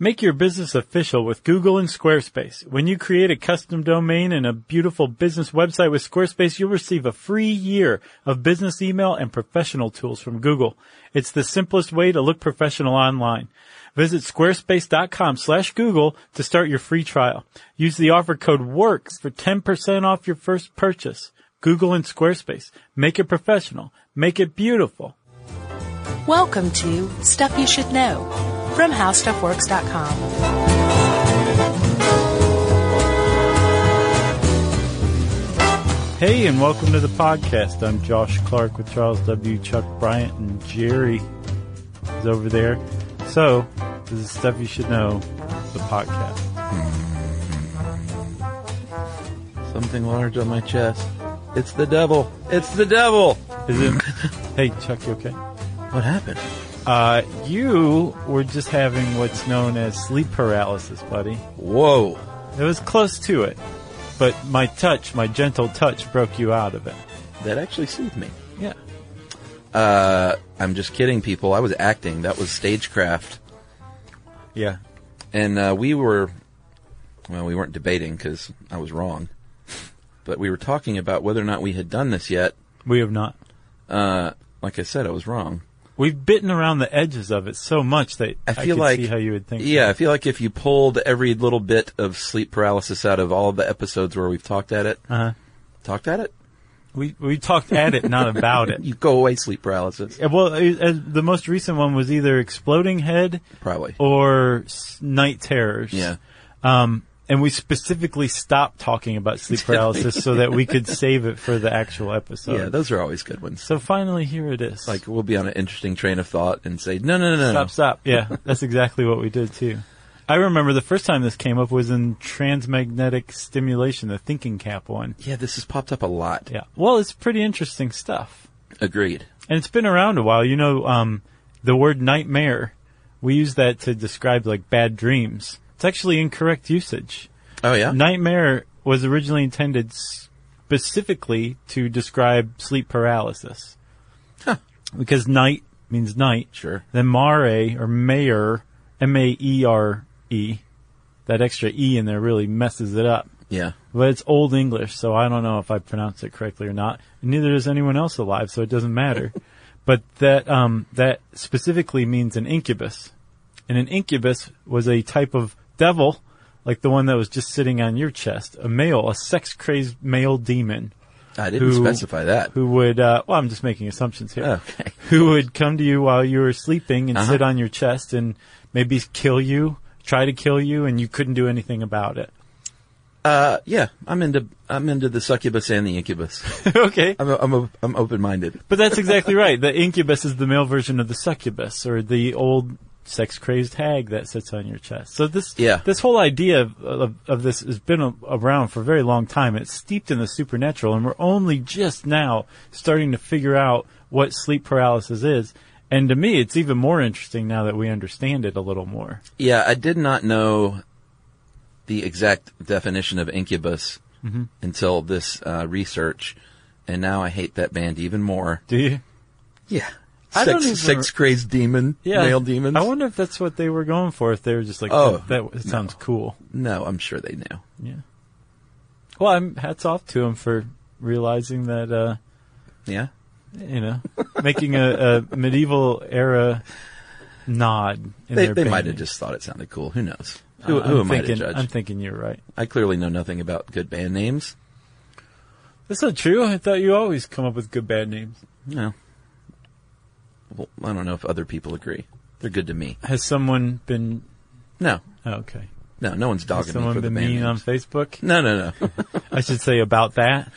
Make your business official with Google and Squarespace. When you create a custom domain and a beautiful business website with Squarespace, you'll receive a free year of business email and professional tools from Google. It's the simplest way to look professional online. Visit squarespace.com slash Google to start your free trial. Use the offer code WORKS for 10% off your first purchase. Google and Squarespace. Make it professional. Make it beautiful. Welcome to Stuff You Should Know from HowStuffWorks.com. Hey, and welcome to the podcast. I'm Josh Clark with Charles W., Chuck Bryant, and Jerry is over there. So, this is Stuff You Should Know, the podcast. Something large on my chest. It's the devil. It's the devil. Is it? hey, Chuck, you okay? What happened? Uh, you were just having what's known as sleep paralysis, buddy. Whoa. It was close to it, but my touch, my gentle touch, broke you out of it. That actually soothed me. Yeah. Uh, I'm just kidding, people. I was acting. That was stagecraft. Yeah. And uh, we were, well, we weren't debating because I was wrong. But we were talking about whether or not we had done this yet. We have not. Uh, like I said, I was wrong. We've bitten around the edges of it so much that I, I feel could like see how you would think. Yeah, I feel like if you pulled every little bit of sleep paralysis out of all of the episodes where we've talked at it, Uh-huh. talked at it, We we talked at it, not about it. you go away sleep paralysis. Yeah, Well, uh, uh, the most recent one was either exploding head Probably. or s- night terrors. Yeah. Um, and we specifically stopped talking about sleep we? paralysis so that we could save it for the actual episode. Yeah, those are always good ones. so finally, here it is. Like we'll be on an interesting train of thought and say, no, no, no, no, no. stop, stop. Yeah, that's exactly what we did too. I remember the first time this came up was in transmagnetic stimulation, the thinking cap one. Yeah, this has popped up a lot. Yeah. Well, it's pretty interesting stuff. Agreed. And it's been around a while. You know, um, the word nightmare, we use that to describe like bad dreams. It's actually incorrect usage. Oh yeah. Nightmare was originally intended specifically to describe sleep paralysis. Because night means night. Sure. Then mare or mayor, M-A-E-R-E, E, that extra E in there really messes it up. Yeah. But it's Old English, so I don't know if I pronounced it correctly or not. And neither does anyone else alive, so it doesn't matter. but that um, that specifically means an incubus, and an incubus was a type of devil, like the one that was just sitting on your chest, a male, a sex-crazed male demon I didn't Who- specify that. who would. Uh, well, I'm just making assumptions here. Okay. Who would come to you while you were sleeping and Uh-huh. sit on your chest and maybe kill you, try to kill you, and you couldn't do anything about it. Uh, yeah, I'm into I'm into the succubus and the incubus. okay. I'm a, I'm a, I'm open minded. But that's exactly right. The incubus is the male version of the succubus, or the old sex crazed hag that sits on your chest. So this Yeah. this whole idea of, of, of this has been a, around for a very long time. It's steeped in the supernatural, and we're only just now starting to figure out what sleep paralysis is. And to me, it's even more interesting now that we understand it a little more. Yeah, I did not know the exact definition of incubus Mm-hmm. until this uh, research, and now I hate that band even more. Do you? Yeah. I don't Sex, even- sex crazed demon, male demons. I wonder if that's what they were going for. If they were just like, Oh, oh, that, that sounds cool. no, I'm sure they knew. Yeah. Well, I'm hats off to him for realizing that, uh, Yeah. you know, making a, a medieval era nod. In They, their they might painting. have just thought it sounded cool. Who knows? I- Who, who I'm am thinking, I to judge? am thinking you're right. I clearly know nothing about good band names. That's not true. I thought you always come up with good bad names. No. Well, I don't know if other people agree. They're good to me. Has someone been? No. oh, okay. No, no one's Has dogging me someone for the been band mean on names. Facebook? No, no, no. I should say about that.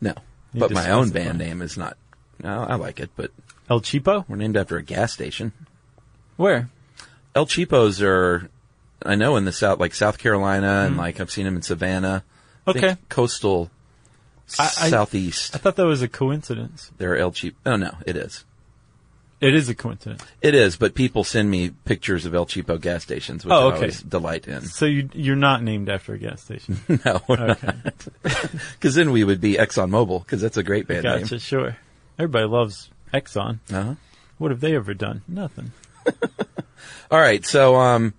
no. You But just my own specify. band name is not. No, I like it, but El Cheapo. we're named after a gas station. Where? El Cheapos are, I know in the South, like South Carolina, and like I've seen them in Savannah. I think Mm-hmm. Okay. Coastal, I- I- Southeast. I thought that was a coincidence. They're El Cheap. Oh, no, it is. It is a coincidence. It is, but people send me pictures of El Cheapo gas stations, which Oh, I okay. always delight in. So you you're not named after a gas station. No, we're Okay. not. Because then we would be ExxonMobil, because that's a great band Gotcha. Sure. Everybody loves Exxon. name. Uh-huh. What have they ever done? Nothing. All right, so um,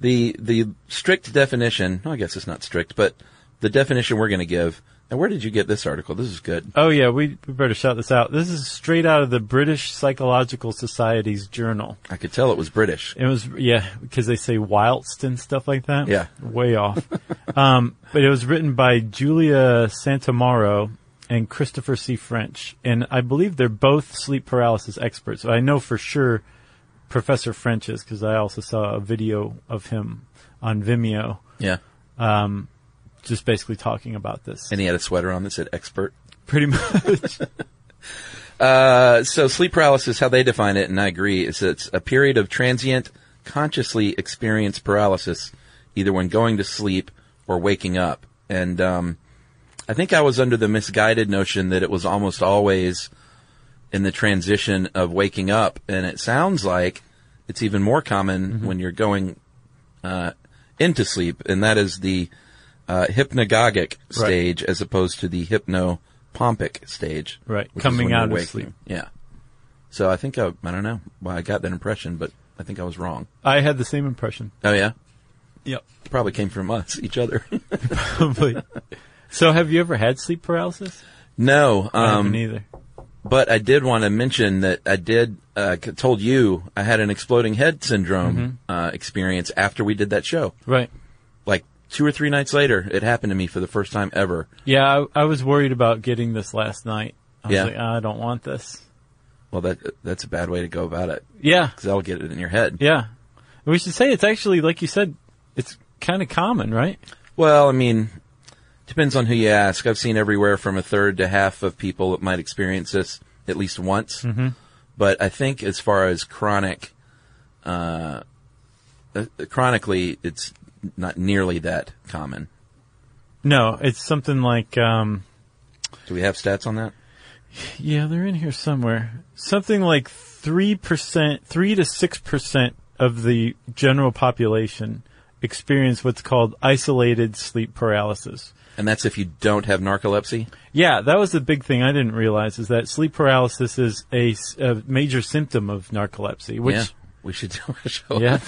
the the strict definition. No, I guess it's not strict, but the definition we're going to give. And where did you get this article? This is good. Oh yeah, we, we better shout this out. This is straight out of the British Psychological Society's journal. I could tell it was British. It was yeah, because they say whilst and stuff like that. Yeah. way off. um, but it was written by Julia Santamaro and Christopher C. French, and I believe they're both sleep paralysis experts. So I know for sure Professor French is because I also saw a video of him on Vimeo, Yeah. just basically talking about this. And he had a sweater on that said expert. Pretty much. Uh, so sleep paralysis, how they define it, and I agree, is it's a period of transient, consciously experienced paralysis, either when going to sleep or waking up. And um, I think I was under the misguided notion that it was almost always in the transition of waking up, and it sounds like it's even more common when you're going uh, into sleep, and that is the uh, hypnagogic stage as opposed to the hypnopompic stage. Right, which is coming when you're out of waking. sleep. Yeah. So I think I, I don't know why I got that impression, but I think I was wrong. I had the same impression. Oh yeah, Yep. probably came from us, each other. Probably. so have you ever had sleep paralysis? no, I haven't um, either. but I did want to mention that I did uh, c- told you I had an exploding head syndrome Mm-hmm. uh, experience after we did that show. Right. Like two or three nights later, it happened to me for the first time ever. Yeah, I, I was worried about getting this last night. I was Yeah. like, "Ah, I don't want this. Well, that that's a bad way to go about it Yeah, because that'll get it in your head. yeah. We should say it's actually, like you said, it's kind of common, right? Well, I mean, depends on who you ask. I've seen everywhere from a third to half of people that might experience this at least once. Mm-hmm. But I think as far as chronic, uh, uh, chronically, it's not nearly that common. No, it's something like, um, Do we have stats on that? yeah, they're in here somewhere. Something like 3%, 3 to 6% of the general population experience what's called isolated sleep paralysis. And that's if you don't have narcolepsy. Yeah, that was the big thing I didn't realize is that sleep paralysis is a, s- a major symptom of narcolepsy, which yeah, we should do a show. Yeah.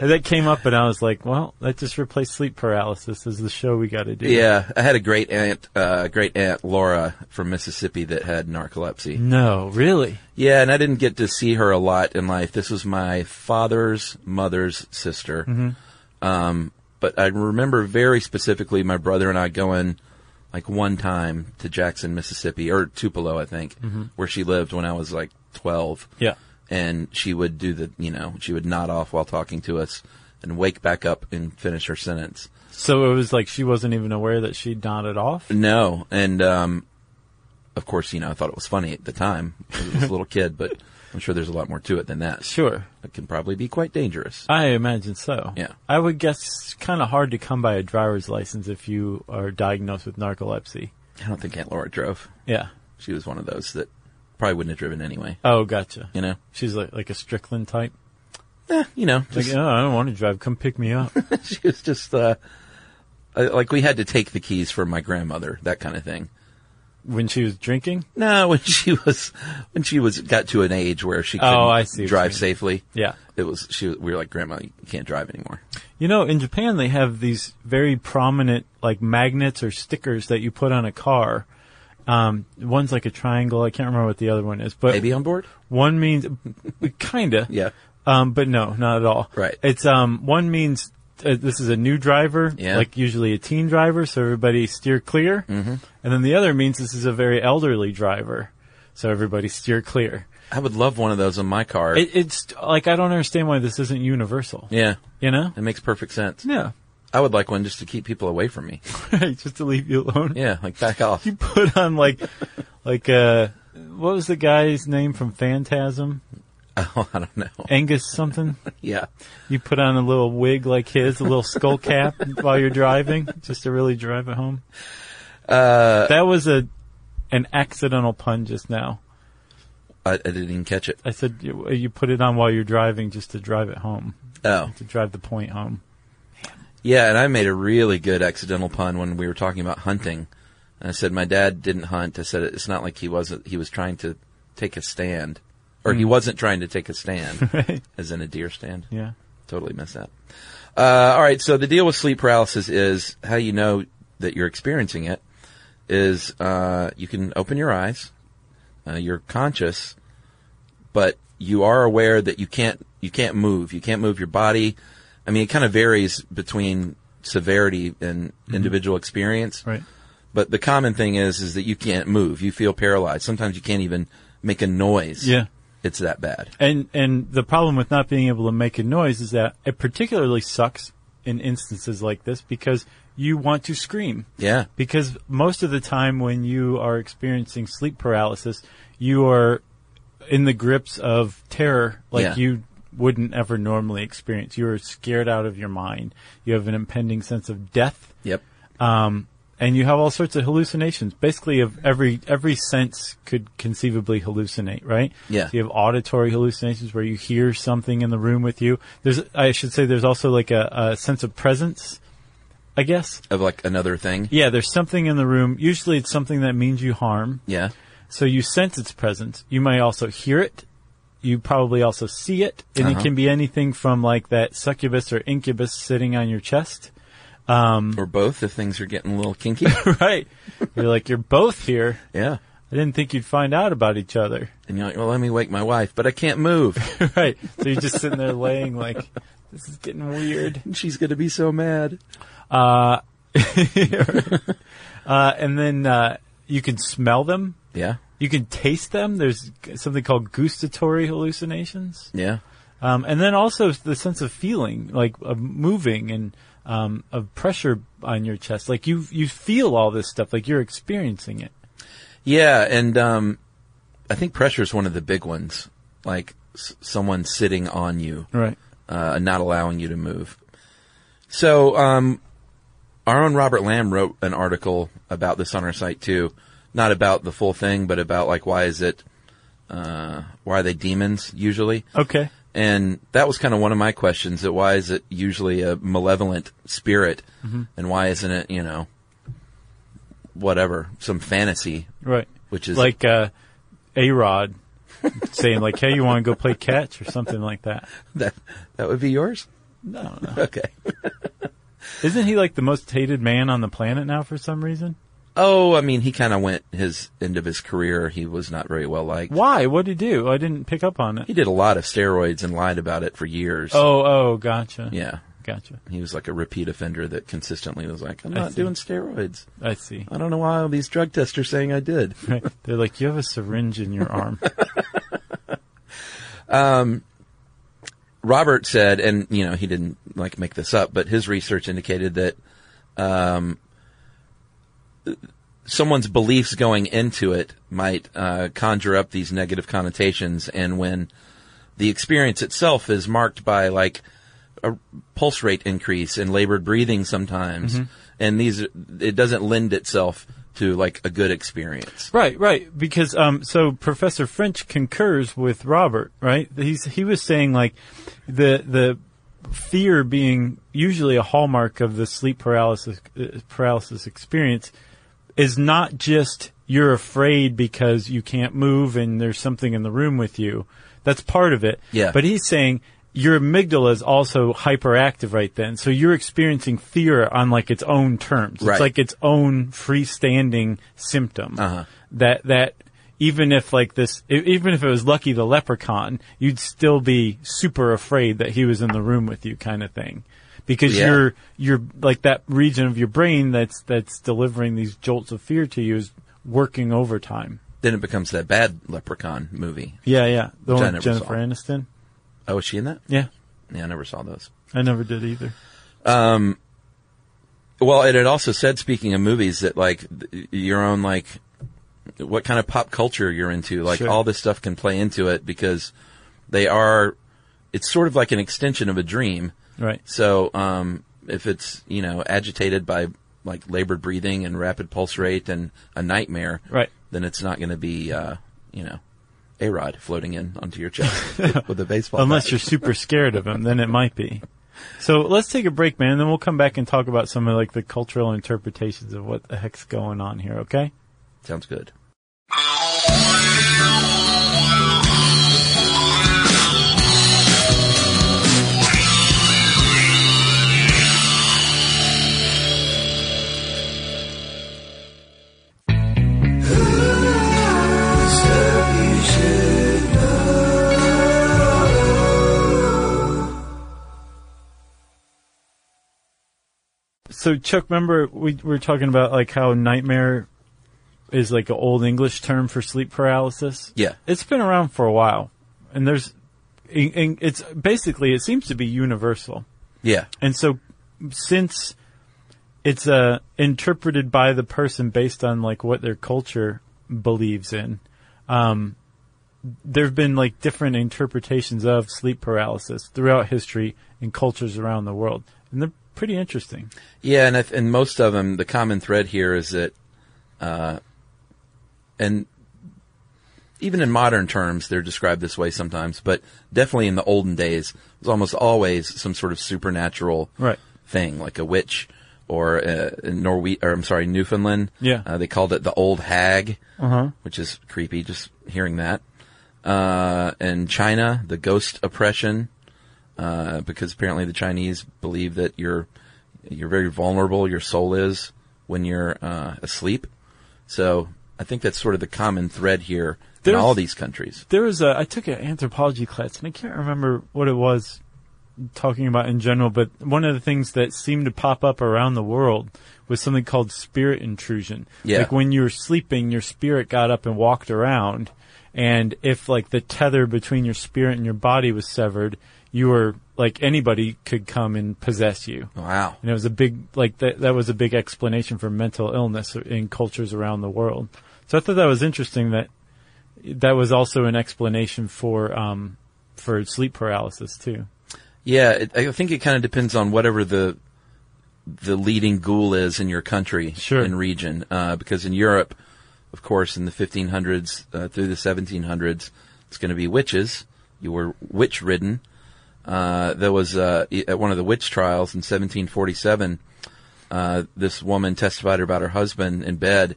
And that came up, and I was like, well, that just replaced sleep paralysis as the show we got to do. Yeah, I had a great aunt, uh, great aunt Laura from Mississippi that had narcolepsy. No, really? Yeah, and I didn't get to see her a lot in life. This was my father's mother's sister. Um, but I remember very specifically my brother and I going like one time to Jackson, Mississippi, or Tupelo, I think, where she lived when I was like 12. Yeah. And she would do the, you know, she would nod off while talking to us and wake back up and finish her sentence. So it was like she wasn't even aware that she nodded off. No, and um, of course, you know, I thought it was funny at the time. I was a little kid, but I'm sure there's a lot more to it than that. Sure. It can probably be quite dangerous. I imagine so. Yeah. I would guess it's kind of hard to come by a driver's license if you are diagnosed with narcolepsy. I don't think Aunt Laura drove. Yeah. She was one of those that probably wouldn't have driven anyway. Oh, gotcha. You know, She's like, like a Strickland type. eh, you know, Like, just, oh, I don't want to drive. Come pick me up. she was just uh, uh, like we had to take the keys from my grandmother, that kind of thing. when she was drinking? No, when she was when she was got to an age where she could Oh, I see what you drive mean. safely. Yeah. It was she. was- We were like, Grandma, you can't drive anymore. You know, in Japan, they have these very prominent, like, magnets or stickers that you put on a car. Um, one's like a triangle. I can't remember what the other one is, but Maybe on board. one means, kinda. Yeah. Um, but no, not at all. Right. It's, um, one means uh, this is a new driver, Yeah. like usually a teen driver, so everybody steer clear. Mm-hmm. And then the other means this is a very elderly driver, so everybody steer clear. I would love one of those on my car. It, it's like, I don't understand why this isn't universal. yeah, You know? it makes perfect sense. Yeah. I would like one just to keep people away from me. Right, just to leave you alone. Yeah, like back off. You put on like, like uh, what was the guy's name from Phantasm? Oh, I don't know. Angus something. Yeah. You put on a little wig like his, a little skull cap while you're driving, just to really drive it home. Uh, that was a an accidental pun just now. I, I didn't even catch it. I said you, you put it on while you're driving, just to drive it home, Oh, to drive the point home. yeah. And I made a really good accidental pun when we were talking about hunting. And I said my dad didn't hunt. I said it's not like he wasn't. He was trying to take a stand, or he wasn't trying to take a stand, Right? as in a deer stand. Yeah. Totally miss that. Uh, all right. So the deal with sleep paralysis is how you know that you're experiencing it is uh, you can open your eyes. Uh, you're conscious, but you are aware that you can't you can't move. You can't move your body. I mean, it kind of varies between severity and individual experience. Mm-hmm. Right. But the common thing is is that you can't move. You feel paralyzed. Sometimes you can't even make a noise. Yeah. It's that bad. And and the problem with not being able to make a noise is that it particularly sucks in instances like this because you want to scream. Yeah. Because most of the time when you are experiencing sleep paralysis, you are in the grips of terror like Yeah. you wouldn't ever normally experience. You are scared out of your mind. You have an impending sense of death. Yep. Um, and you have all sorts of hallucinations. Basically, of every every sense could conceivably hallucinate, right? Yeah. So you have auditory hallucinations where you hear something in the room with you. There's, I should say, there's also like a, a sense of presence, I guess. Of like another thing. Yeah, there's something in the room. Usually, it's something that means you harm. Yeah. So you sense its presence. You might also hear it. You probably also see it. And Uh-huh. it can be anything from like that succubus or incubus sitting on your chest. Or both if things are getting a little kinky. right. You're like, you're both here. yeah. I didn't think you'd find out about each other. And you're like, well, let me wake my wife, but I can't move. right. So you're just sitting there laying like, this is getting weird. She's going to be so mad. Uh, uh, and then, uh, you can smell them. Yeah. You can taste them. There's something called gustatory hallucinations. Yeah. Um, and then also the sense of feeling, like of moving and, um, of pressure on your chest. Like you, you feel all this stuff, like you're experiencing it. Yeah. And, um, I think pressure is one of the big ones. Like s- someone sitting on you, Right. uh, not allowing you to move. So, um, our own Robert Lamb wrote an article about this on our site too. Not about the full thing, but about like, why is it, uh, why are they demons usually? Okay. And that was kind of one of my questions that why is it usually a malevolent spirit Mm-hmm. and why isn't it, you know, whatever, some fantasy, Right. which is like uh, A Rod saying like, "Hey, you want to go play catch or something like that?" that, that would be yours? No, Okay. isn't he like the most hated man on the planet now for some reason? Oh, I mean, he kind of went his end of his career. He was not very well liked. Why? What did he do? Oh, I didn't pick up on He it. did a lot of steroids and lied about it for years. Oh, oh, gotcha. Yeah. gotcha. He was like a repeat offender that consistently was like, I'm I not see. doing steroids. I see. I don't know why all these drug tests are saying I did. Right. They're like, you have a syringe in your arm. Robert said, and you know, he didn't like make this up, but his research indicated that um, someone's beliefs going into it might uh, conjure up these negative connotations, and when the experience itself is marked by like a pulse rate increase and labored breathing sometimes, and these it doesn't lend itself to like a good experience. Right, right. Because um, so Professor French concurs with Robert, right? He's he was saying like the the fear being usually a hallmark of the sleep paralysis uh, paralysis experience is not just you're afraid because you can't move and there's something in the room with you. That's part of it. Yeah. But he's saying your amygdala is also hyperactive right then. So you're experiencing fear on like its own terms. Right. It's like its own freestanding symptom. Uh-huh. That that even if like this, e- even if it was Lucky the Leprechaun, you'd still be super afraid that he was in the room with you, kind of thing, because Yeah. you're you're like that region of your brain that's that's delivering these jolts of fear to you is working overtime. Then it becomes that bad leprechaun movie. Yeah, yeah. The Which I one with never saw. Jennifer Aniston. Oh, is she in that? Yeah, Yeah, I never saw those. I never did either. Well, it had also said, speaking of movies, that like th- your own like what kind of pop culture you're into, like Sure. all this stuff can play into it because they are. It's sort of like an extension of a dream. Right. So um, if it's you know agitated by like labored breathing and rapid pulse rate and a nightmare, Right. Then it's not going to be uh, you know a rod floating in onto your chest with a baseball. Unless bat. you're super scared of him, then it might be. So let's take a break, man, and then we'll come back and talk about some of like the cultural interpretations of what the heck's going on here, okay? sounds good. So Chuck, remember we, we were talking about like how nightmare is like an old English term for sleep paralysis. Yeah. it's been around for a while, and there's, and- and it's basically it seems to be universal. Yeah. And so, since it's uh, interpreted by the person based on like what their culture believes in, um, there have been like different interpretations of sleep paralysis throughout history and cultures around the world, and they're pretty interesting. Yeah, and if, and most of them, the common thread here is that, uh, and even in modern terms, they're described this way sometimes, but definitely in the olden days, it was almost always some sort of supernatural Right. thing, like a witch or uh, in Norwe- or I'm sorry, Newfoundland. Yeah. Uh-huh. uh, they called it the old hag, which is creepy just hearing that. Uh, in China, the ghost oppression uh, because apparently the Chinese believe that you're you're very vulnerable. Your soul is when you're uh, asleep. So I think that's sort of the common thread here There's- in all these countries. There was a I took an anthropology class and I can't remember what it was talking about in general, but one of the things that seemed to pop up around the world was something called spirit intrusion. Yeah. Like when you were sleeping, your spirit got up and walked around, and if like the tether between your spirit and your body was severed, you were like anybody could come and possess you. Wow. And it was a big, like that, that was a big explanation for mental illness in cultures around the world. So I thought that was interesting that that was also an explanation for, um, for sleep paralysis too. Yeah, it, I think it kind of depends on whatever the the leading ghoul is in your country Sure. and region. Uh, because in Europe, of course, in the 1500s uh, through the 1700s, it's going to be witches. You were witch ridden. Uh, there was uh, e- at one of the witch trials in 1747. Uh, this woman testified about her husband in bed,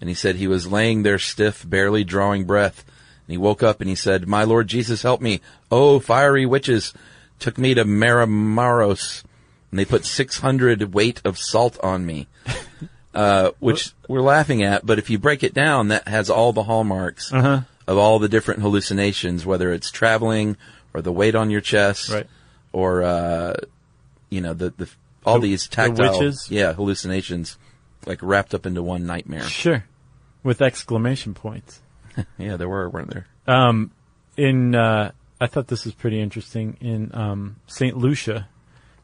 and he said he was laying there stiff, barely drawing breath. And he woke up and he said, "My Lord Jesus, help me! Oh, fiery witches took me to Maramaros, and they put 600 weight of salt on me." Uh, which we're laughing at, but if you break it down, that has all the hallmarks Uh-huh. of all the different hallucinations, whether it's traveling or the weight on your chest, Right. or uh, you know the the all The- these the tactile witches? yeah hallucinations like wrapped up into one nightmare Sure. With exclamation points. yeah there were weren't there In, uh, I thought this was pretty interesting in, um, St. Lucia,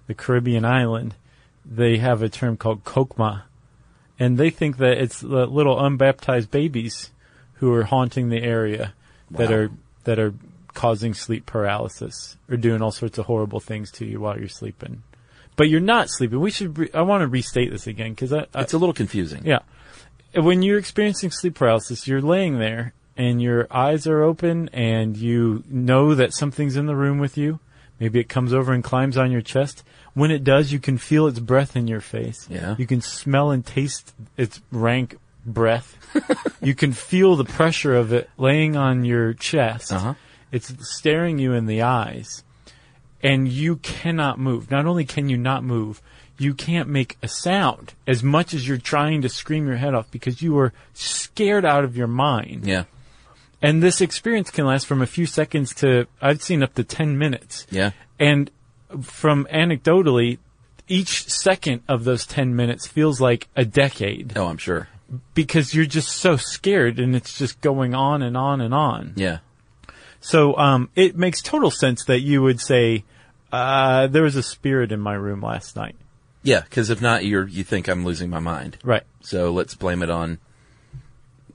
the Caribbean island, they have a term called kokma and they think that it's the little unbaptized babies who are haunting the area that Wow. are that are causing sleep paralysis or doing all sorts of horrible things to you while you're sleeping. But you're not sleeping. We should. Re- I want to restate this again because I, I it's a little confusing Uh, yeah. When you're experiencing sleep paralysis, you're laying there and your eyes are open and you know that something's in the room with you. Maybe it comes over and climbs on your chest. When it does, you can feel its breath in your face. Yeah. You can smell and taste its rank breath. you can feel the pressure of it laying on your chest. Uh-huh. It's staring you in the eyes and you cannot move. Not only can you not move, you can't make a sound as much as you're trying to scream your head off because you are scared out of your mind. yeah And this experience can last from a few seconds to, I've seen up to 10 minutes. yeah And from anecdotally, each second of those 10 minutes feels like a decade oh i'm sure because you're just so scared and it's just going on and on and on. yeah So um, it makes total sense that you would say, uh, "There was a spirit in my room last night." yeah because if not you're you think i'm losing my mind Right. so let's blame it on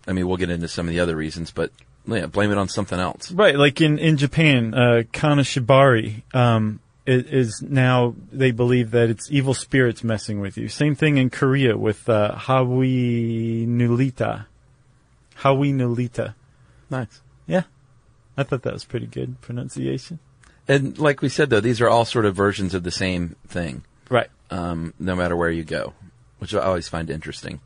i mean we'll get into some of the other reasons but yeah blame it on something else Right. Like in in Japan, uh, Kanashibari um, i- is now they believe that it's evil spirits messing with you. Same thing in Korea with uh, Hawi Nulita. Hawi Nulita. nice Yeah, I thought that was pretty good pronunciation. and like we said though these are all sort of versions of the same thing Right. um, no matter where you go, which I always find interesting.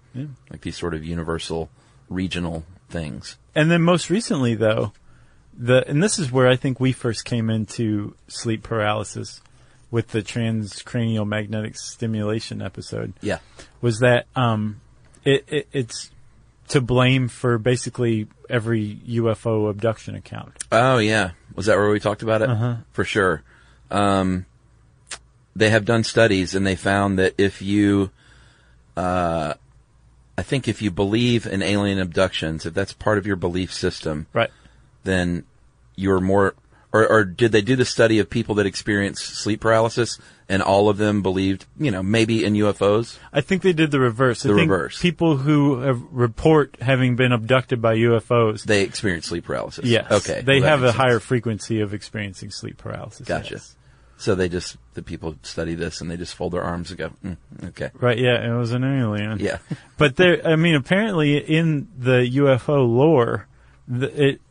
Like these sort of universal regional things. And then most recently, though, the and this is where I think we first came into sleep paralysis with the transcranial magnetic stimulation episode Yeah. was that um, it, it it's to blame for basically every UFO abduction account. Uh-huh. Oh yeah. Was that where we talked about it? For sure. Um, they have done studies and they found that if you, uh, I think if you believe in alien abductions, if that's part of your belief system, Right. then you're more, or, or did they do the study of people that experience sleep paralysis and all of them believed, you know, maybe in UFOs? I think they did the reverse. The I think reverse. People who have report having been abducted by UFOs. They experience sleep paralysis. yes. Okay. They well, that have a makes sense. higher frequency of experiencing sleep paralysis. Gotcha. yes. So they just, the people study this and they just fold their arms and go, mm, okay. Right. Yeah. It was an alien. Yeah. But there, I mean, apparently in the UFO lore, the, it,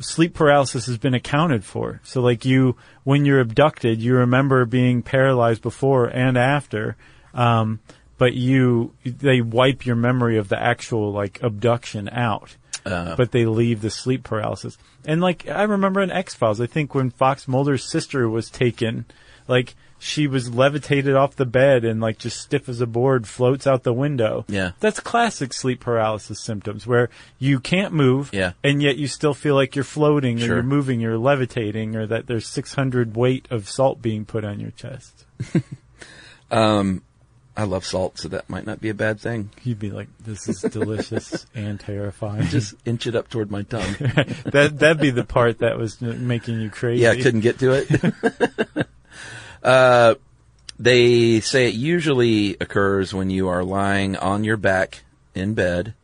sleep paralysis has been accounted for. So like you, when you're abducted, you remember being paralyzed before and after. Um, but you, they wipe your memory of the actual like abduction out. but they leave the sleep paralysis. And like, I remember in X-Files, I think when Fox Mulder's sister was taken, like, she was levitated off the bed and like just stiff as a board floats out the window. Yeah. That's classic sleep paralysis symptoms where you can't move Yeah. and yet you still feel like you're floating or Sure. you're moving, you're levitating or that there's 600 weight of salt being put on your chest. I love salt, so that might not be a bad thing. You'd be like, this is delicious and terrifying. Just inch it up toward my tongue. that, that'd be the part that was making you crazy. Yeah, I couldn't get to it. uh, they say it usually occurs when you are lying on your back in bed,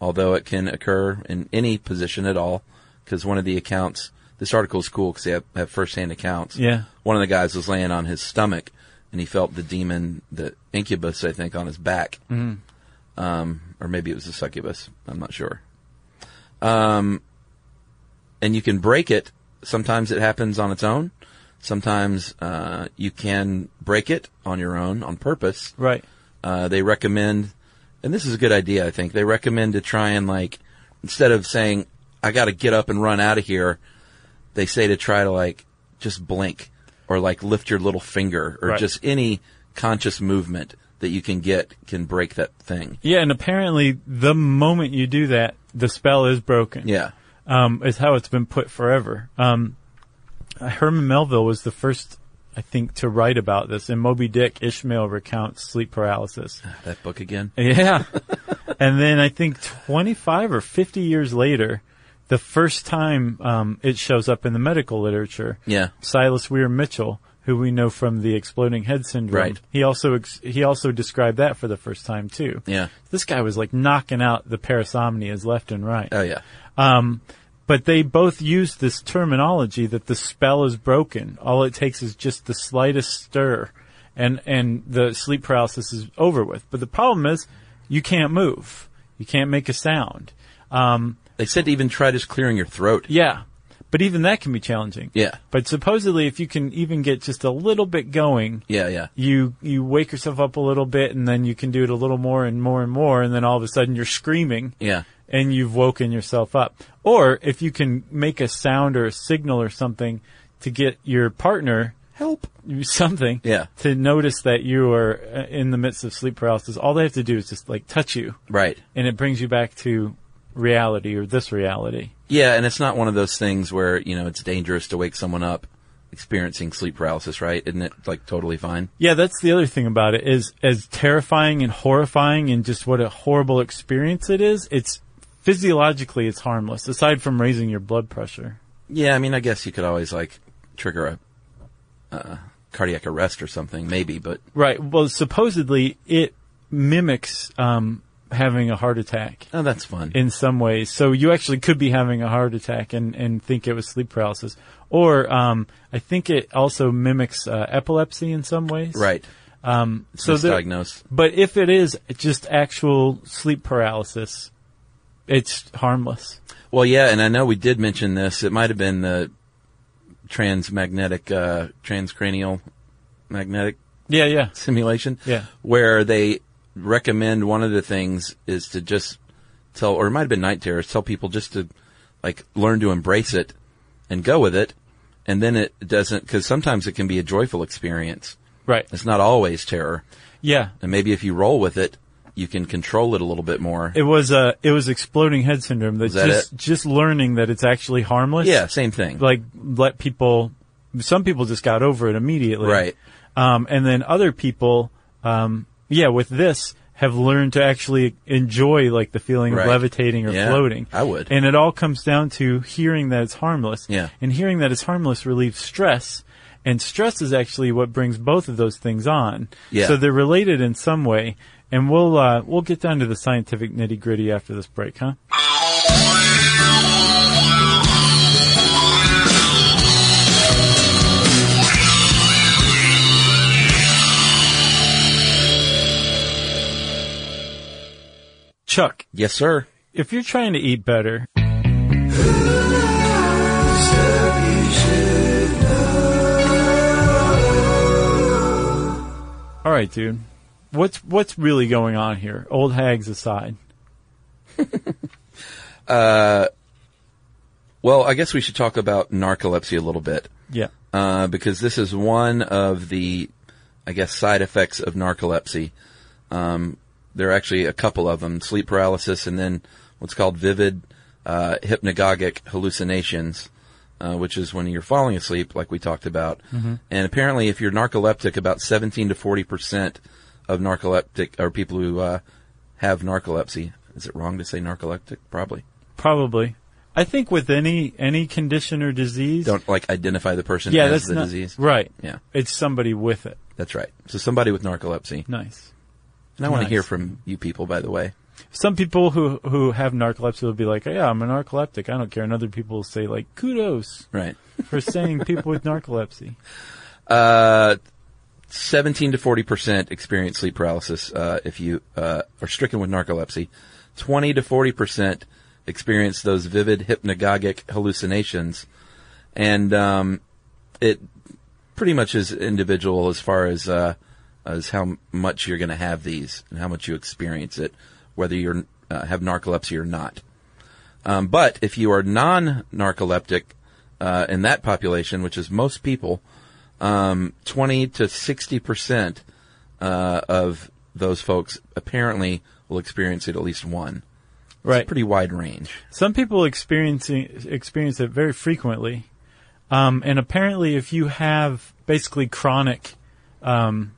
although it can occur in any position at all. Because one of the accounts, this article is cool because they have, have firsthand accounts. Yeah. One of the guys was laying on his stomach and he felt the demon, the incubus, I think, on his back. Um, or maybe it was a succubus. I'm not sure and you can break it. Sometimes it happens on its own. Sometimes uh, you can break it on your own on purpose. Right. Uh, they recommend, and this is a good idea, I think. They recommend to try and like instead of saying I got to get up and run out of here, they say to try to like just blink or like lift your little finger or Right. just any conscious movement that you can get can break that thing. Yeah, and apparently the moment you do that, the spell is broken. Yeah. Um, is how it's been put forever. Um, Herman Melville was the first, I think, to write about this. In Moby Dick, Ishmael recounts sleep paralysis. That book again. Yeah. and then I think 25 or 50 years later, the first time um, it shows up in the medical literature, Yeah. Silas Weir Mitchell, who we know from the exploding head syndrome, Right. he also ex- he also described that for the first time too. Yeah. This guy was like knocking out the parasomnias left and right. Oh yeah. Um, but they both use this terminology that the spell is broken. All it takes is just the slightest stir, and and the sleep paralysis is over with. But the problem is, you can't move. You can't make a sound. Um, They said to even try just clearing your throat. yeah, but even that can be challenging. Yeah. But supposedly, if you can even get just a little bit going, Yeah, yeah. you you wake yourself up a little bit, and then you can do it a little more and more and more, and then all of a sudden you're screaming. Yeah. and you've woken yourself up. Or if you can make a sound or a signal or something to get your partner Help. you- something Yeah. to notice that you are uh, in the midst of sleep paralysis, all they have to do is just like touch you Right. and it brings you back to reality or this reality. Yeah, and it's not one of those things where, you know, it's dangerous to wake someone up experiencing sleep paralysis, right? Isn't it like totally fine? Yeah, that's the other thing about it is as terrifying and horrifying and just what a horrible experience it is, it's physiologically it's harmless aside from raising your blood pressure. Yeah, I mean, I guess you could always like trigger a uh, cardiac arrest or something, maybe, but Right. Well, supposedly it mimics um, having a heart attack oh, that's fun. in some ways. So you actually could be having a heart attack and, and think it was sleep paralysis. Or um, I think it also mimics uh, epilepsy in some ways. right. Um, so So there- diagnosed. but if it is just actual sleep paralysis, it's harmless. Well, yeah, and I know we did mention this. It might have been the transmagnetic, uh, transcranial magnetic Yeah, yeah. simulation. Yeah. Where they recommend one of the things is to just tell, or it might have been night terrors, tell people just to like learn to embrace it and go with it. And then it doesn't, cause sometimes it can be a joyful experience. Right. It's not always terror. Yeah. And maybe if you roll with it, you can control it a little bit more. It was uh, it was exploding head syndrome. That, that just it? just learning that it's actually harmless. yeah, same thing. like let people some people just got over it immediately Right. Um, and then other people, um, yeah, with this have learned to actually enjoy like the feeling Right. of levitating or Yeah, floating. I would. And it all comes down to hearing that it's harmless. Yeah. And hearing that it's harmless relieves stress. And stress is actually what brings both of those things on. Yeah. So they're related in some way. And we'll, uh, we'll get down to the scientific nitty gritty after this break, huh? Chuck, Yes, sir. if you're trying to eat better, all right, dude, what's what's really going on here? Old hags aside, Well, I guess we should talk about narcolepsy a little bit yeah, uh, because this is one of the, I guess, side effects of narcolepsy. Um, there are actually a couple of them: sleep paralysis, and then what's called vivid uh, hypnagogic hallucinations, uh, which is when you're falling asleep, like we talked about. Mm-hmm. And apparently, if you're narcoleptic, about 17 to 40 percent of narcoleptic or people who uh, have narcolepsy. Is it wrong to say narcoleptic? Probably. probably. I think with any any condition or disease, Don't like identify the person yeah, as that's the not disease. right. Yeah. It's somebody with it. That's right. So somebody with narcolepsy. Nice. And I want Nice. to hear from you people, by the way. Some people who who have narcolepsy will be like, "Oh, "Yeah, I'm a narcoleptic. I don't care." And other people will say like, "Kudos." Right. for saying people with narcolepsy. Uh, 17 to 40% experience sleep paralysis, uh, if you, uh, are stricken with narcolepsy. 20 to 40% experience those vivid hypnagogic hallucinations. And, um, it pretty much is individual as far as, uh, as how m- much you're going to have these and how much you experience it, whether you're, uh, have narcolepsy or not. Um, but if you are non-narcoleptic, uh, in that population, which is most people, um, 20 to 60 percent uh, of those folks apparently will experience it at least one. It's a Right. pretty wide range. Some people experiencing experience it very frequently, um, and apparently, if you have basically chronic, um,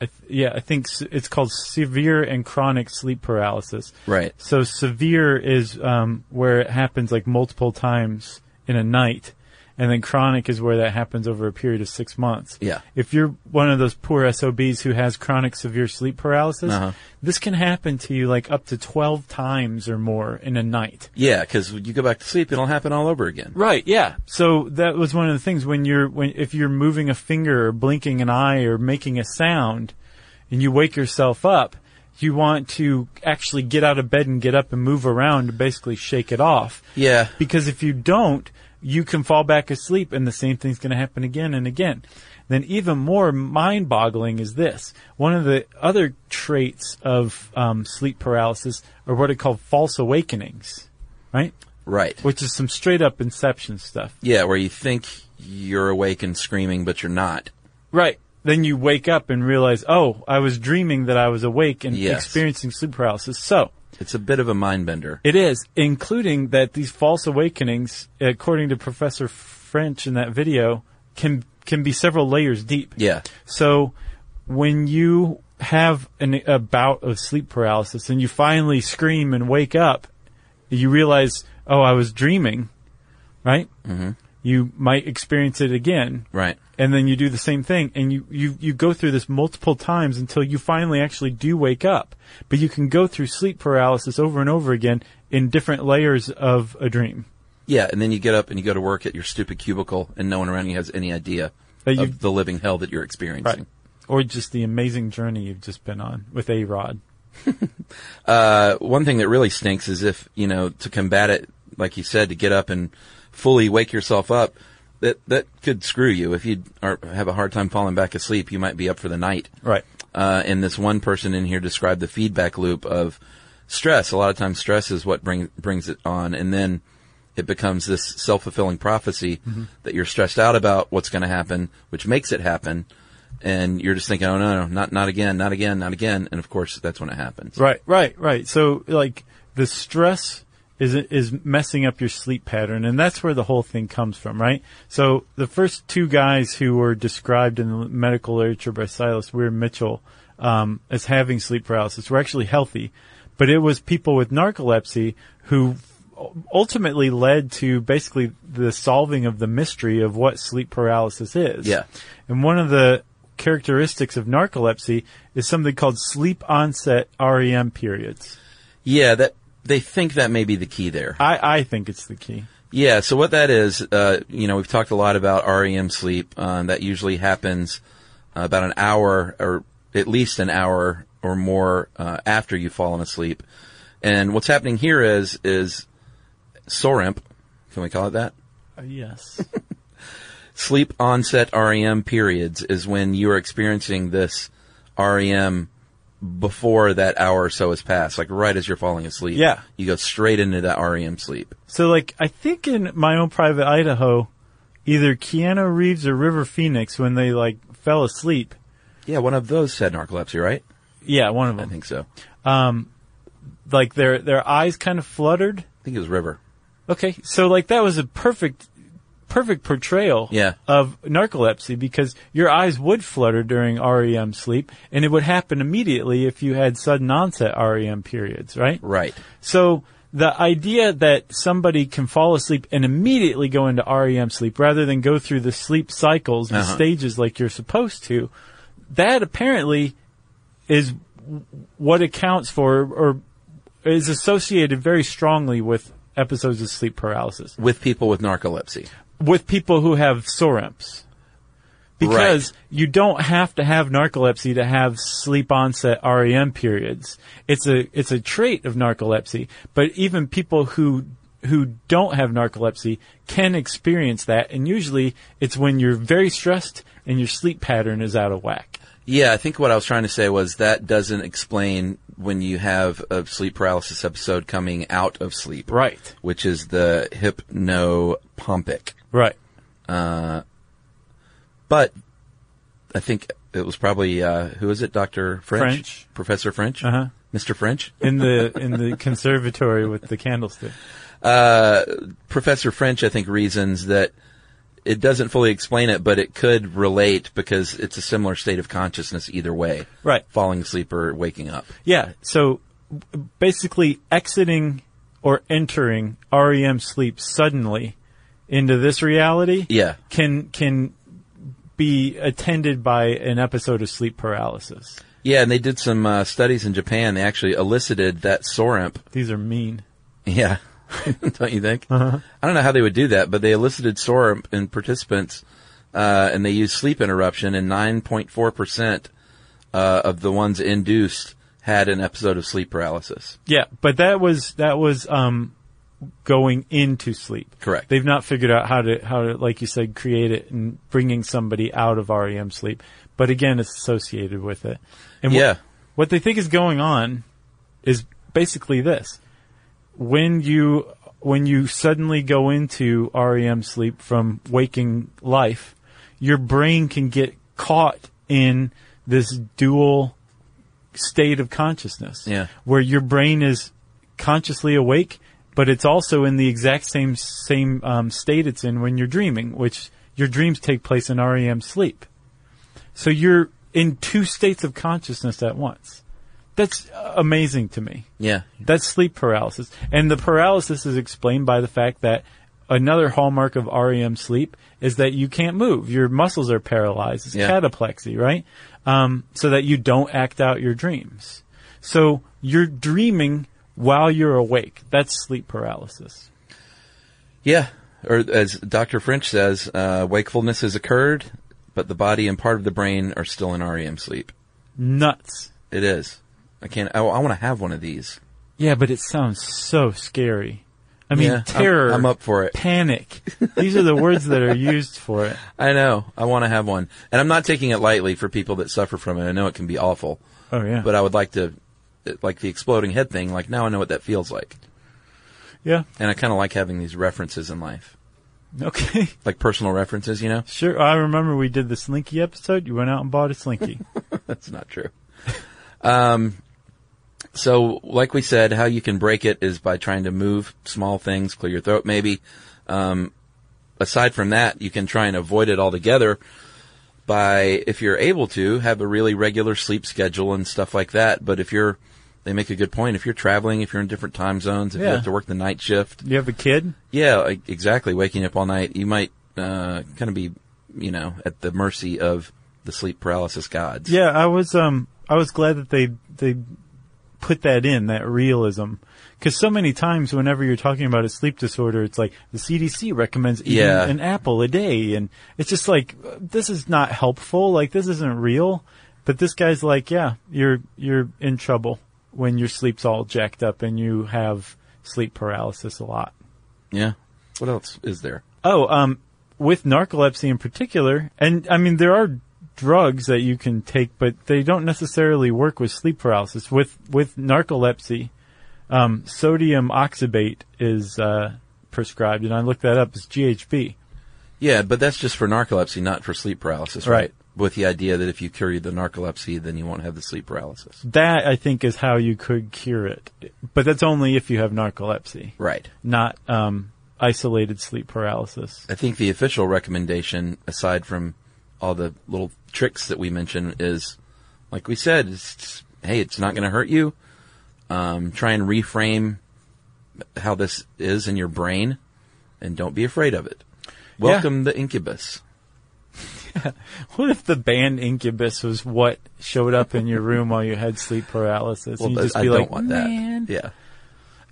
I th- yeah, I think s- it's called severe and chronic sleep paralysis. Right. So severe is um, where it happens like multiple times in a night, and then chronic is where that happens over a period of six months. Yeah. If you're one of those poor SOBs who has chronic severe sleep paralysis, Uh-huh. this can happen to you like up to 12 times or more in a night. Yeah, because you go back to sleep, it'll happen all over again. Right, yeah. So that was one of the things when you're when if you're moving a finger or blinking an eye or making a sound and you wake yourself up, you want to actually get out of bed and get up and move around to basically shake it off. Yeah. Because if you don't, you can fall back asleep and the same thing's going to happen again and again. Then even more mind boggling is this. One of the other traits of um, sleep paralysis are what are called false awakenings, right? Right. Which is some straight up inception stuff. Yeah, where you think you're awake and screaming, but you're not. Right. Then you wake up and realize, oh, I was dreaming that I was awake and Yes. experiencing sleep paralysis. So, It's a bit of a mind bender. It is, including that these false awakenings, according to Professor French in that video, can can be several layers deep. Yeah. So when you have an, a bout of sleep paralysis and you finally scream and wake up, you realize, oh, I was dreaming, right? Mm-hmm. You might experience it again, Right. and then you do the same thing and you, you, you go through this multiple times until you finally actually do wake up. But you can go through sleep paralysis over and over again in different layers of a dream. Yeah, and then you get up and you go to work at your stupid cubicle, and no one around you has any idea That you- of the living hell that you're experiencing. Or just the amazing journey you've just been on with A Rod. uh, one thing that really stinks is if, you know, to combat it, like you said, to get up and fully wake yourself up, that, that could screw you. If you are, have a hard time falling back asleep, you might be up for the night. Right. Uh, and this one person in here described the feedback loop of stress. A lot of times stress is what bring, brings it on. And then it becomes this self-fulfilling prophecy that you're stressed out about what's going to happen, which makes it happen. And you're just thinking, oh no, no, not, not again, not again, not again. And of course, that's when it happens. Right, right, right. So like the stress is is messing up your sleep pattern, and that's where the whole thing comes from, right? So the first two guys who were described in the medical literature by Silas Weir Mitchell um, as having sleep paralysis were actually healthy, but it was people with narcolepsy who ultimately led to basically the solving of the mystery of what sleep paralysis is. Yeah. And one of the characteristics of narcolepsy is something called sleep onset REM periods. Yeah, that they think that may be the key there. I, I think it's the key. Yeah, so what that is, uh, you know, we've talked a lot about REM sleep. Uh, that usually happens uh, about an hour or at least an hour or more uh, after you've fallen asleep. And what's happening here is is SOREMP, can we call it that? Uh, yes. Sleep onset REM periods is when you are experiencing this REM before that hour or so has passed, like right as you're falling asleep. Yeah. You go straight into that REM sleep. so like, I think in my own private Idaho, either Keanu Reeves or River Phoenix, when they like fell asleep, Yeah, one of those had narcolepsy, right? yeah, one of I them, think so. like their, their eyes kind of fluttered. I think it was River. Okay. So like that was a perfect, perfect portrayal Yeah. of narcolepsy because your eyes would flutter during REM sleep and it would happen immediately if you had sudden onset REM periods, right? Right. So the idea that somebody can fall asleep and immediately go into REM sleep rather than go through the sleep cycles, the Uh-huh. stages like you're supposed to, that apparently is w- what accounts for or is associated very strongly with episodes of sleep paralysis With people with narcolepsy. with people who have SOREMPs. Because you don't have to have narcolepsy to have sleep onset REM periods. It's a, it's a trait of narcolepsy, but even people who, who don't have narcolepsy can experience that. And usually it's when you're very stressed and your sleep pattern is out of whack. Yeah, I think what I was trying to say was that doesn't explain when you have a sleep paralysis episode coming out of sleep. Right. Which is the hypnopompic. Right. But I think it was probably, uh, who is it? Dr. French? French. Professor French? Uh-huh. Mr. French? In the, in the conservatory with the candlestick. Uh, Professor French, I think, reasons that it doesn't fully explain it, but it could relate because it's a similar state of consciousness either way. Right. Falling asleep or waking up. Yeah. So w- basically exiting or entering REM sleep suddenly into this reality Yeah. can can be attended by an episode of sleep paralysis. Yeah, and they did some uh, studies in Japan. They actually elicited that SOREMP. These are mean. Yeah, don't you think? I don't know how they would do that, but they elicited SOREMP in participants, uh, and they used sleep interruption, and 9.4% uh, of the ones induced had an episode of sleep paralysis. Yeah, but that was that was um going into sleep. Correct. They've not figured out how to how to like you said create it and bringing somebody out of REM sleep. But again, it's associated with it. And wh- Yeah. what they think is going on is basically this. When you when you suddenly go into REM sleep from waking life, your brain can get caught in this dual state of consciousness Yeah. where your brain is consciously awake, but it's also in the exact same same um, state it's in when you're dreaming, which your dreams take place in REM sleep. So you're in two states of consciousness at once. That's uh, amazing to me. Yeah. That's sleep paralysis. And the paralysis is explained by the fact that another hallmark of REM sleep is that you can't move. Your muscles are paralyzed. It's Yeah. cataplexy, right? Um, so that you don't act out your dreams. So you're dreaming while you're awake. That's sleep paralysis. Yeah. Or as Dr. French says, uh, wakefulness has occurred, but the body and part of the brain are still in REM sleep. Nuts. It is. I can't, I, want to have one of these. Yeah, but it sounds so scary. I mean, Yeah, I'm- terror. I'm up for it. Panic. These are the words that are used for it. I know. I want to have one. And I'm not taking it lightly for people that suffer from it. I know it can be awful. Oh yeah. but I would like to, like the exploding head thing, like now I know what that feels like. yeah. And I kind of like having these references in life, Okay. like personal references, you know? Sure, I remember we did the Slinky episode. You went out and bought a Slinky. That's not true. Um, So, like we said, how you can break it is by trying to move small things, clear your throat maybe. Um, aside from that, you can try and avoid it altogether by, if you're able to, have a really regular sleep schedule and stuff like that. But if you're, they make a good point, if you're traveling, if you're in different time zones, if you Yeah. have to work the night shift, You have a kid? yeah, e- exactly, waking up all night, you might, uh, kind of be, you know, at the mercy of the sleep paralysis gods. Yeah, I was um I was glad that they they put that in that realism because so many times whenever you're talking about a sleep disorder, it's like the CDC recommends eating Yeah. an apple a day, and it's just like this is not helpful. Like this isn't real. But this guy's like, yeah, you're you're in trouble when your sleep's all jacked up and you have sleep paralysis a lot. Yeah. What else is there? Oh, um, with narcolepsy in particular, and I mean, there are drugs that you can take, but they don't necessarily work with sleep paralysis. With, with narcolepsy, um, sodium oxybate is, uh, prescribed, and I looked that up as GHB. Yeah, but that's just for narcolepsy, not for sleep paralysis, right? Right. With the idea that if you cure the narcolepsy, then you won't have the sleep paralysis. That, I think, is how you could cure it. But that's only if you have narcolepsy, Right. not, um, isolated sleep paralysis. I think the official recommendation, aside from all the little tricks that we mention, is like we said, it's, hey, it's not going to hurt you. Um, try and reframe how this is in your brain, and don't be afraid of it. Welcome the incubus. What if the band Incubus was what showed up in your room while you had sleep paralysis? and Well, you just I be don't like, want "Man." that. Yeah.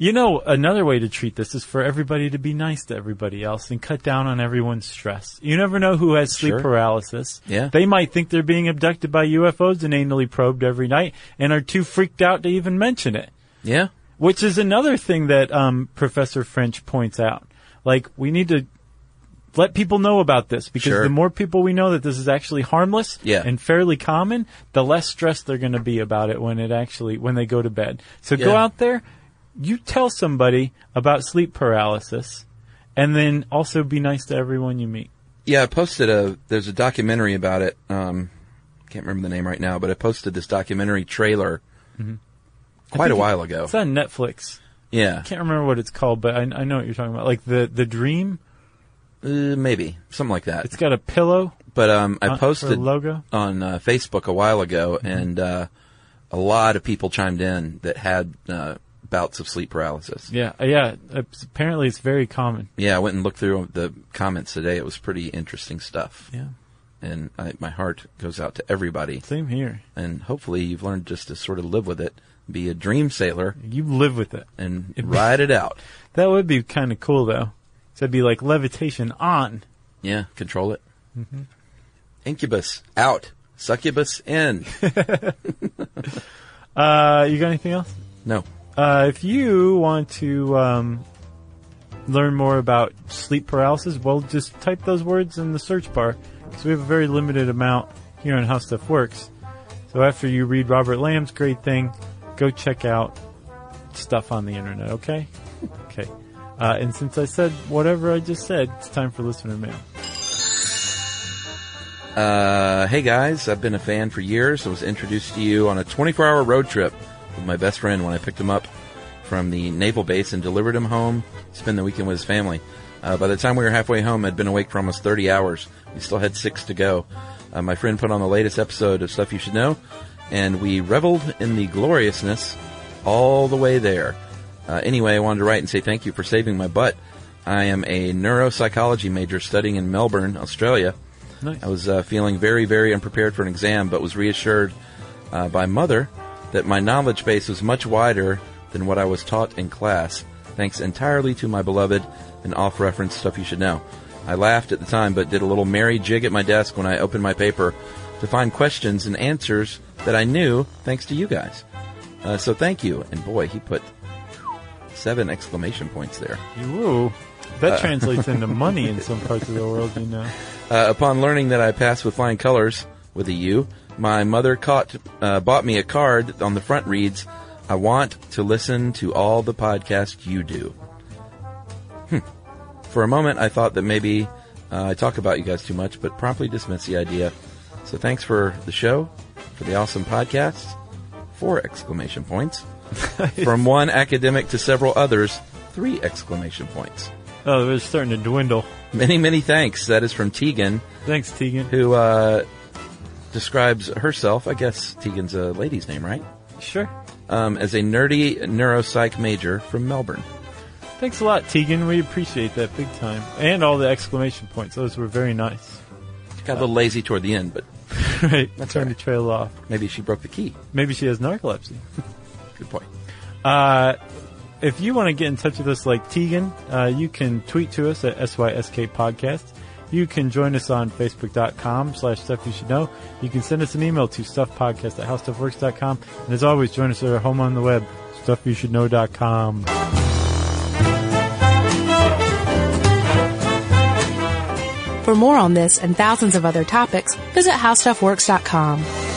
You know, another way to treat this is for everybody to be nice to everybody else and cut down on everyone's stress. You never know who has sleep Sure. paralysis. Yeah. They might think they're being abducted by UFOs and anally probed every night and are too freaked out to even mention it. Yeah. Which is another thing that um, Professor French points out. Like, we need to let people know about this because Sure. the more people we know that this is actually harmless Yeah. and fairly common, the less stressed they're going to be about it when it actually when they go to bed. So go Yeah. out there, you tell somebody about sleep paralysis, and then also be nice to everyone you meet. Yeah, I posted a. There's a documentary about it. Um, can't remember the name right now, but I posted this documentary trailer quite a Mm-hmm. think it- while ago. It's on Netflix. yeah, Can't remember what it's called, but I, I know what you're talking about. Like the the dream. uh, maybe something like that. It's got a pillow. But um, I uh, for posted logo. on uh, Facebook a while ago, Mm-hmm. and uh, a lot of people chimed in that had uh, bouts of sleep paralysis. Yeah, uh, yeah. it's- Apparently, it's very common. Yeah, I went and looked through the comments today. It was pretty interesting stuff, Yeah, and I, my heart goes out to everybody. same here. And hopefully, you've learned just to sort of live with it, be a dream sailor, You live with it. and It- ride it out. That would be kind of cool, though. So it'd be like levitation on. Yeah, control it. Incubus out, succubus in. Uh, you got anything else? no, Uh, if you want to um, learn more about sleep paralysis, well, just type those words in the search bar because we have a very limited amount here on How Stuff Works. So after you read Robert Lamb's great thing, go check out stuff on the internet, okay? Okay. Uh, and since I said whatever I just said, it's time for listener mail. Uh, hey guys, I've been a fan for years. I was introduced to you on a 24 hour road trip with my best friend when I picked him up from the naval base and delivered him home to spend the weekend with his family. Uh, by the time we were halfway home, I'd been awake for almost 30 hours. We still had six to go. Uh, my friend put on the latest episode of Stuff You Should Know, and we reveled in the gloriousness all the way there. Uh, anyway, I wanted to write and say thank you for saving my butt. I am a neuropsychology major studying in Melbourne, Australia. Nice. I was uh, feeling very, very unprepared for an exam, but was reassured uh, by mother that my knowledge base was much wider than what I was taught in class, thanks entirely to my beloved and off reference stuff you should know. I laughed at the time, but did a little merry jig at my desk when I opened my paper to find questions and answers that I knew thanks to you guys. Uh, so thank you. And boy, he put seven exclamation points there. Whoa. That translates into money in some parts of the world, you know. Uh, upon learning that I passed with flying colors with a U, my mother caught, uh, bought me a card that on the front reads, "I want to listen to all the podcasts you do." Hmm. For a moment, I thought that maybe uh, I talk about you guys too much, but promptly dismissed the idea. So thanks for the show, for the awesome podcast, four exclamation points, From one academic to several others, three exclamation points. Oh, it's starting to dwindle. Many, many thanks. That is from Tegan, Thanks, Tegan. who uh, describes herself, I guess Tegan's a lady's name, right? Sure. Um, as a nerdy neuropsych major from Melbourne. Thanks a lot, Tegan. We appreciate that big time. And all the exclamation points. Those were very nice. Got a little lazy toward the end, but right. That's Turned all right. the trail off. maybe she broke the key. Maybe she has narcolepsy. Good point. Uh, if you want to get in touch with us like Tegan, uh, you can tweet to us at SYSK Podcast. You can join us on Facebook.com slash Stuff You Should Know. You can send us an email to StuffPodcast at HowStuffWorks.com. And as always, join us at our home on the web, StuffYouShouldKnow.com. For more on this and thousands of other topics, visit HowStuffWorks.com.